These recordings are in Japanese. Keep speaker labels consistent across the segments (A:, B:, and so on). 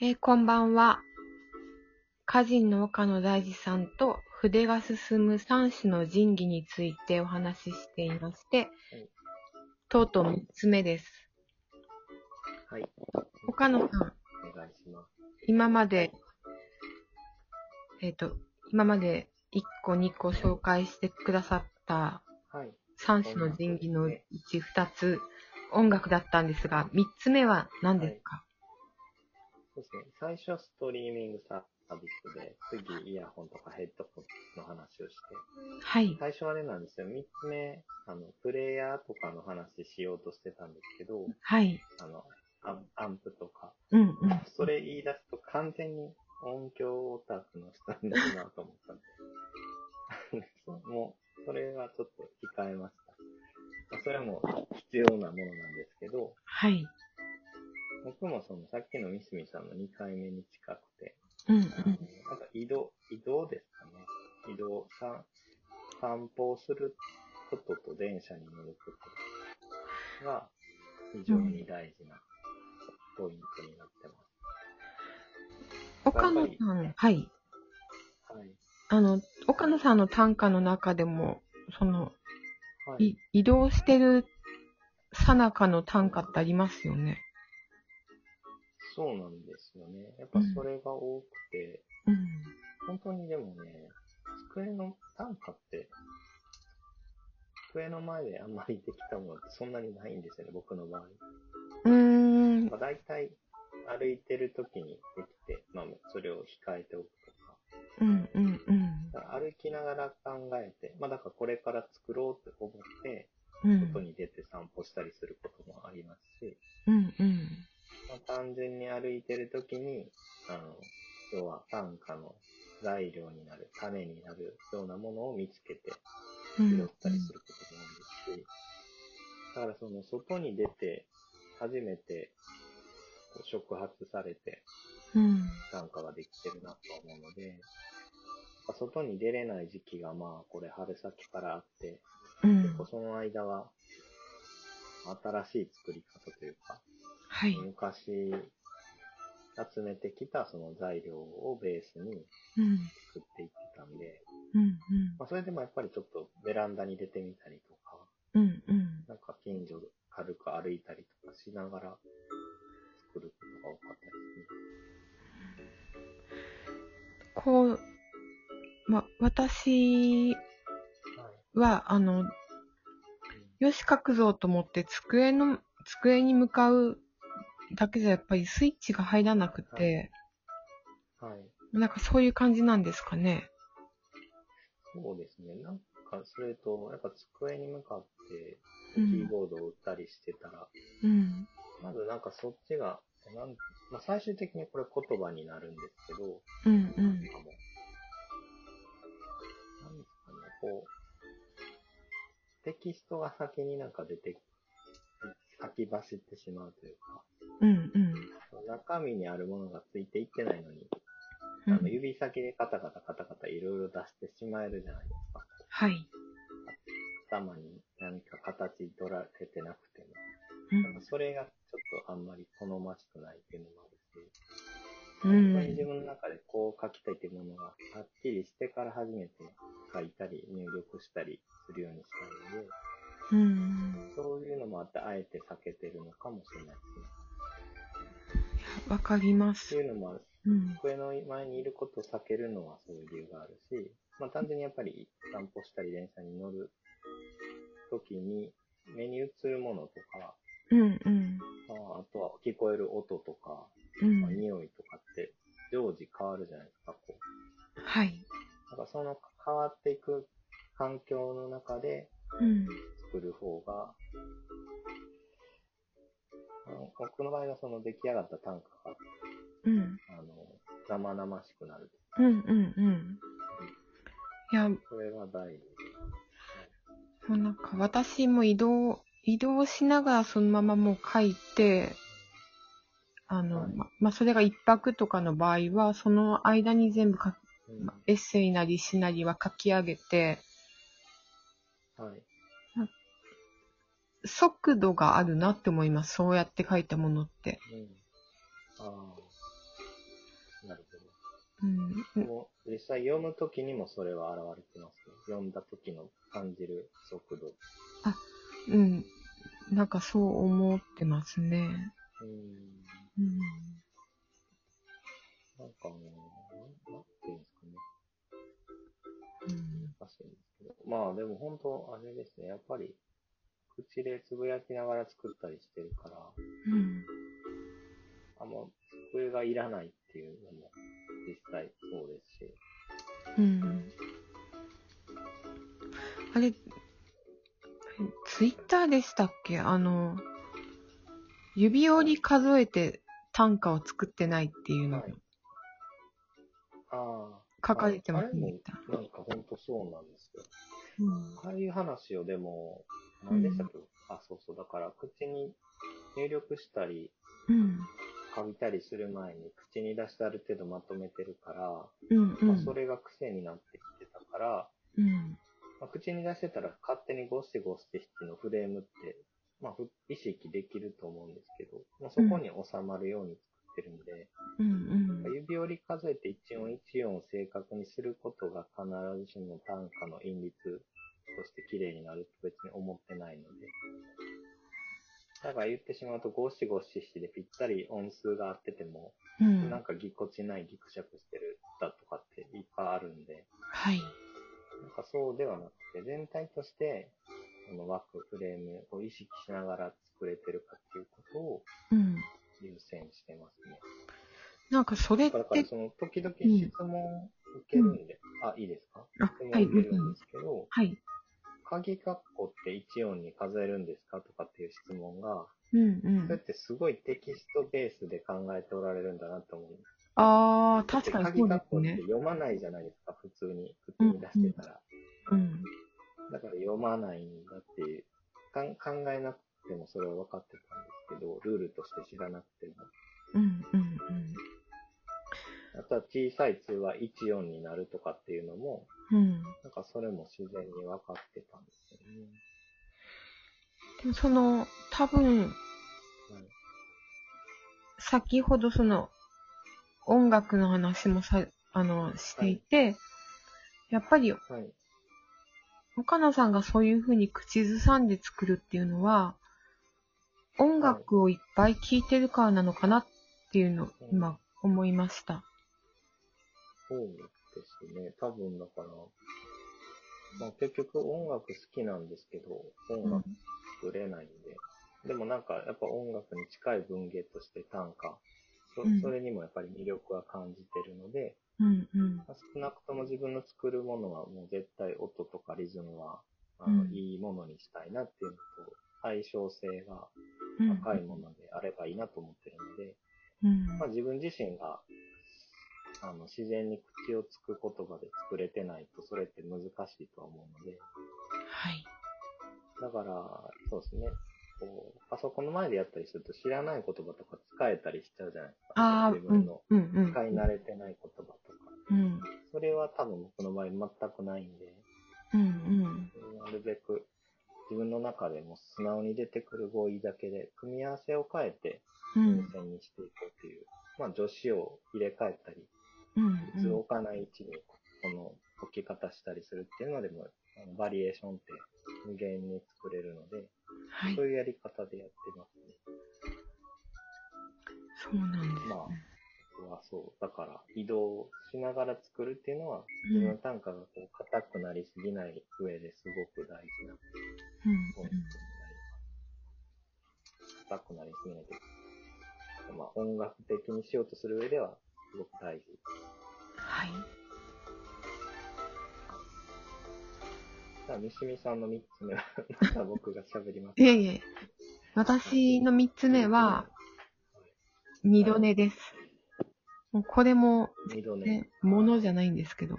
A: えーこんばんは。歌人の岡野大二さんと筆が進む三種の神器についてお話ししていまして、とうとう3つ目です。
B: はい。
A: 岡野さん、
B: お願いします。
A: 今まで、えっ、と、今まで1個2個紹介してくださった
B: はい。
A: 三種の神器のうち2つ、音楽だったんですが、3つ目は何ですか、
B: そうですね。最初はストリーミングサービスで、次イヤホンとかヘッドホンの話をして、
A: はい。
B: 最初はあれなんですよ。三つ目、あの、プレイヤーとかの話しようとしてたんですけど、
A: はい。
B: あの、アンアンプとか、
A: うんうん。
B: それ言い出すと完全に音響オタクの人になるなと思ったんで。 そうもう、それはちょっと控えました。それはもう必要なものなんですけど、
A: はい。
B: 僕もそのさっきのミスミさんの2回目に近く て、
A: うんう
B: あの
A: ん。
B: あと移動、移動ですかね。移動、散散歩をすることと電車に乗ることが非常に大事なポイントになってま
A: 岡野さん、はい。
B: す。はい。
A: あの、岡野さんの短歌の中でも、その、
B: はいい。
A: 移動してるさなかの短歌ってありますよね。
B: そうなんですよね。やっぱそれが多くて、
A: うん。
B: 本当にでもね、机の短歌って、机の前であんまりできたものってそんなにないんですよね、僕の場合。
A: うーん。
B: まあ、大体歩いてる時にできて、まあ、それを控えておくとか
A: うんうんうん。
B: だから歩きながら考えて、まあ、だからこれから作ろうって思って、
A: うん。
B: 外に出て散歩したりすることもありますし、
A: うんうん。
B: まあ、単純に歩いてる時に、あの、要は短歌の材料になる、種になるようなものを見つけて
A: う
B: 拾
A: ん
B: ったりすることも多いですし、だからその外に出て、初めてこう触発されて、
A: うん。
B: なんかができてるなと思うので、外に出れない時期がまあこれ春先からあって、
A: う
B: 結
A: ん
B: 構。その間は新しい作り方というか、
A: はい。
B: 昔集めてきたその材料をベースに
A: うん。
B: 作っていってたんで、
A: うん
B: まあ、それでもやっぱりちょっとベランダに出てみたりとか、
A: うん。うんうん。
B: なんか近所軽く歩いたりとかしながら作ることが多かったですね。
A: こう、ま、私は、あの、よし書くぞと思って机の、机に向かうだけじゃやっぱりスイッチが入らなくて、
B: はい。はい
A: なんかそういう感じなんですかね。
B: そうですね。なんか、それと、やっぱ机に向かって、
A: う
B: キ
A: ん
B: ーボードを打ったりしてたら、
A: うん。
B: まずなんかそっちが、なんまあ、最終的にこれ言葉になるんですけど、
A: うんう
B: なん
A: ん。
B: かもう、なんですかね、こう、テキストが先になんか出て、先走ってしまうという
A: うんうん。
B: か、中身にあるものがついていってないのに、
A: う
B: あの
A: ん、
B: 指先でカタカタカタカタいろいろ出してしまえるじゃないですか。
A: はい。
B: 頭に何か形取られてなくても、
A: う
B: なんかそれがちょっとあんまり好ましくないっていうのもあるし、
A: ん。
B: 本当
A: う
B: に自
A: ん
B: 分の中でこう書きたいっていうものがはっきりしてから初めて書いたり入力したりするようにしたいので、
A: うん。
B: そういうのもあってあえて避けてるのかもしれないですね。
A: わかりま
B: って
A: す。
B: いうのもあるし、
A: うん。
B: 机の前にいることを避けるのはそういう理由があるし、まあ単純にやっぱり散歩したり電車に乗る時に目に映るものとか、
A: うんうん。
B: まあ、あとは聞こえる音とか、
A: う
B: まあ、
A: ん。
B: 匂いとかって常時変わるじゃないですか、こう。
A: はい。
B: だからその変わっていく環境の中で
A: うん。
B: 作る方が、あの僕の場合はその出来上がった短歌が、
A: うん。
B: あの、生々しくなる。
A: うんうんうん。いや、も
B: それが大事。
A: うなんか私も移動、移動しながらそのままもう書いて、あの、
B: はい
A: ま、まあ、それが一泊とかの場合は、その間に全部書き
B: うん
A: まエッセイなり詩なりは書き上げて、
B: はい。
A: 速度があるなって思います。そうやって書いたものって。
B: うん。ああ。もう実際読むときにもそれは現れてますね。読んだときの感じる速度。
A: うん。なんかそう思ってますね。
B: うん。
A: うん。
B: なんかもう、なんていうんですかね。
A: うん
B: 難しいんですけど。まあでも本当、あれですね。やっぱり、口でつぶやきながら作ったりしてるから、
A: うん。
B: あんま机がいらないっていうのも実際そうですし。
A: うん。あれ、ツイッターでしたっけあの、指折り数えて短歌を作ってないっていうの
B: はいあ
A: 書かれてますね。
B: あ、なんか本当そうなんですよ。
A: うん
B: ああいう話をでも、何でしたっけ、あ、そうそう。だから口に入力したり、
A: うん。
B: 書いたりする前に口に出してある程度まとめてるから、
A: うん。う
B: まあ、そ
A: ん。
B: れが癖になってきてたから、
A: うん。
B: まあ、口に出してたら勝手にゴシゴシ七のフレームって、まあ、ふ意識できると思うんですけど、まあ、そこに収まるように作ってるんで、
A: うん。
B: 指折り数えて一音一音を正確にすることが必ずしも単価の韻律として綺麗になると別に思ってないので。だから言ってしまうと、ゴシゴシ七でぴったり音数が合ってても、
A: うん
B: なん。かぎこちないギクシャクしてるだとかっていっぱいあるんで、
A: はい。
B: なんかそうではなくて、全体として、この枠、フレームを意識しながら作れてるかっていうことを
A: うん。
B: 優先してますね。
A: なんかそれっ
B: だから
A: て、
B: その時々質問受けるんで、あ、いいですか
A: あ
B: 質、問
A: はい。
B: 受
A: う
B: けるん
A: ん
B: ですけど、
A: はい。
B: 鍵括弧って1音に数えるんですかとかっていう質問が、
A: うん。う
B: それ
A: ん。
B: ってすごいテキストベースで考えておられるんだなと思うんです
A: ああ、
B: だっ
A: 確
B: て
A: かに
B: 鍵
A: そう
B: 括
A: です
B: 弧って
A: ね。
B: 読まないじゃないですか、普通に。普通に出してたら。
A: うん。
B: だから読まないんだっていう、かん考えなくてもそれは分かってたんですけど、ルールとして知らなくても。
A: うん。うん。うん。
B: あとは小さい通は1、4になるとかっていうのも、
A: うん。
B: なんかそれも自然に分かってたんですよね。
A: でもその、多分、先ほどその、音楽の話もさ、あの、していて、やっぱり、
B: はい。はい。
A: 岡野さんがそういう風に口ずさんで作るっていうのは、音楽をいっぱい聴いてるからなのかなっていうのを今思いました。
B: そうですね。多分だから、まあ結局音楽好きなんですけど、音楽作れないんで。でもなんかやっぱ音楽に近い文芸として短歌。そ
A: うん
B: それにもやっぱり魅力は感じてるので、
A: うんうん
B: まあ少なくとも自分の作るものはもう絶対音とかリズムは、あの
A: うん
B: いいものにしたいなっていうのと、対称性が
A: うん。
B: 高いものであればいいなと思ってるので、
A: うん。
B: まあ、自分自身があの自然に口をつく言葉で作れてないとそれって難しいとは思うので、
A: はい。
B: だから、そうですね。こうパソコンの前でやったりすると知らない言葉とか使えたりしちゃうじゃないですか。
A: ああ、う
B: 自分
A: ん
B: の。
A: うんうん。
B: 使い慣れてない言葉とか。
A: うん。
B: それは多分僕の場合全くないんで、
A: うん
B: なるべく自分の中でも素直に出てくる語彙だけで、組み合わせを変えて
A: うん。う
B: 優
A: ん。
B: 先にしていこうという、まあ助詞を入れ替えたり、
A: うん
B: 普通置かない位置にこの置き方したりするっていうのでも、あのバリエーションって無限に作れるので、
A: はい
B: そう。いうやり方でやってますね。
A: そうなんですね。
B: まあ僕はそう。だから移動しながら作るっていうのは、
A: うん
B: 自分の単価がこう硬くなりすぎない上ですごく大事な
A: うん
B: ポイントになります。硬くなりすぎないというか。まあ音楽的にしようとする上では、すごく大事。
A: はい。
B: じゃあ、三島さんの3つ目は、 また僕が喋ります。
A: いえいえ、私の3つ目は、二度寝です。もうこれも、
B: 二度寝。
A: ね、ものじゃないんですけど、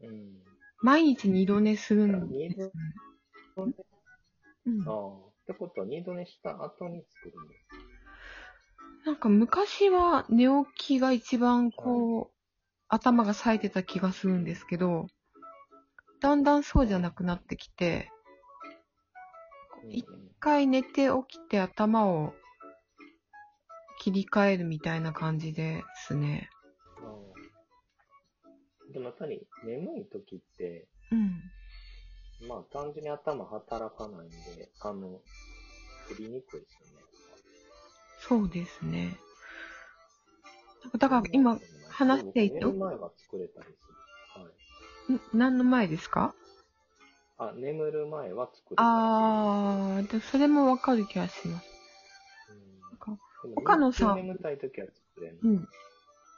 B: うん。
A: 毎日二度寝するん
B: 二
A: です
B: 度
A: ね。うん
B: ああ。ってことは、二度寝した後に作るんです。
A: なんか昔は寝起きが一番こう、頭が冴えてた気がするんですけど、だんだんそうじゃなくなってきて、一回寝て起きて頭を切り替えるみたいな感じですね。
B: うん、あでもやっぱり眠い時って、
A: うん。
B: まあ単純に頭働かないんで、あの、振りにくいですよね。
A: そうですね。だから今、ん話していて
B: 寝る前は作れたりする。はい。
A: 何の前ですか
B: あ、眠る前は作れたり
A: あー、でそれもわかる気がします。
B: する。
A: か
B: うん
A: 岡野さん
B: でも眠たい時は作れない。
A: うん。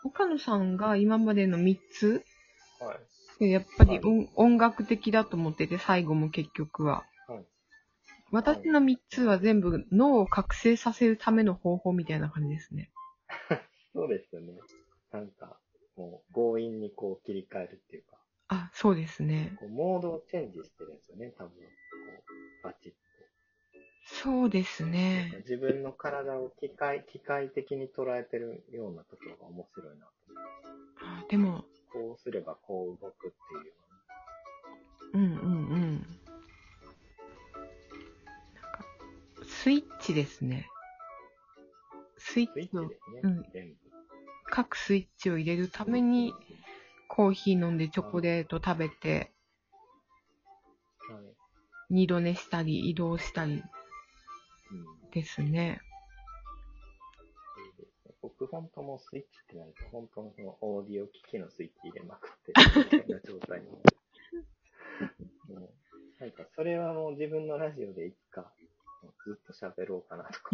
A: 岡野さんが今までの3つ、
B: はい。
A: やっぱり
B: はい
A: 音,、音楽的だと思ってて、最後も結局は。
B: はい
A: 私の3つは全部脳を覚醒させるための方法みたいな感じですね。
B: そうですよね。なんか、もう強引にこう切り替えるっていうか、
A: あ、そうですね。
B: こうモードをチェンジしてるんですよね、多分。こう、バチッと。
A: そうですね。
B: 自分の体を機械、機械的に捉えてるようなところが面白いなと。
A: あでも、
B: こうすればこう動くっていう。
A: うんうんうん。なんか、スイッチですね。スイ
B: スイ
A: ッ
B: ッ
A: チの
B: チ、ですね、
A: うん
B: 全部。
A: 各スイッチを入れるために、コーヒー飲んでチョコレート食べて、
B: はい。
A: 二度寝したり移動したり
B: うん。い
A: ですね。
B: いですね。僕、本当もうスイッチってなると、本当のそのオーディオ機器のスイッチ入れまくってるみたいな状態に。もう、なんか、それはもう自分のラジオでいつか、もうずっと喋ろうかなとか、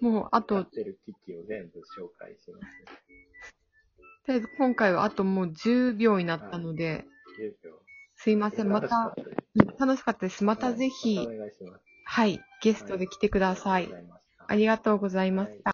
A: もう、あ
B: 使
A: と、と
B: ってる機器を全部紹介します、ね。
A: りあえず今回はあともう10秒になったので、
B: 10秒。
A: すいません。また、
B: 楽しか
A: う
B: っ
A: ん楽しかったです。ま
B: た
A: た
B: です
A: ぜひ
B: また、お願いします。
A: はい、ゲストで来てください
B: ありがとうございま
A: あ
B: した
A: りがとうございました。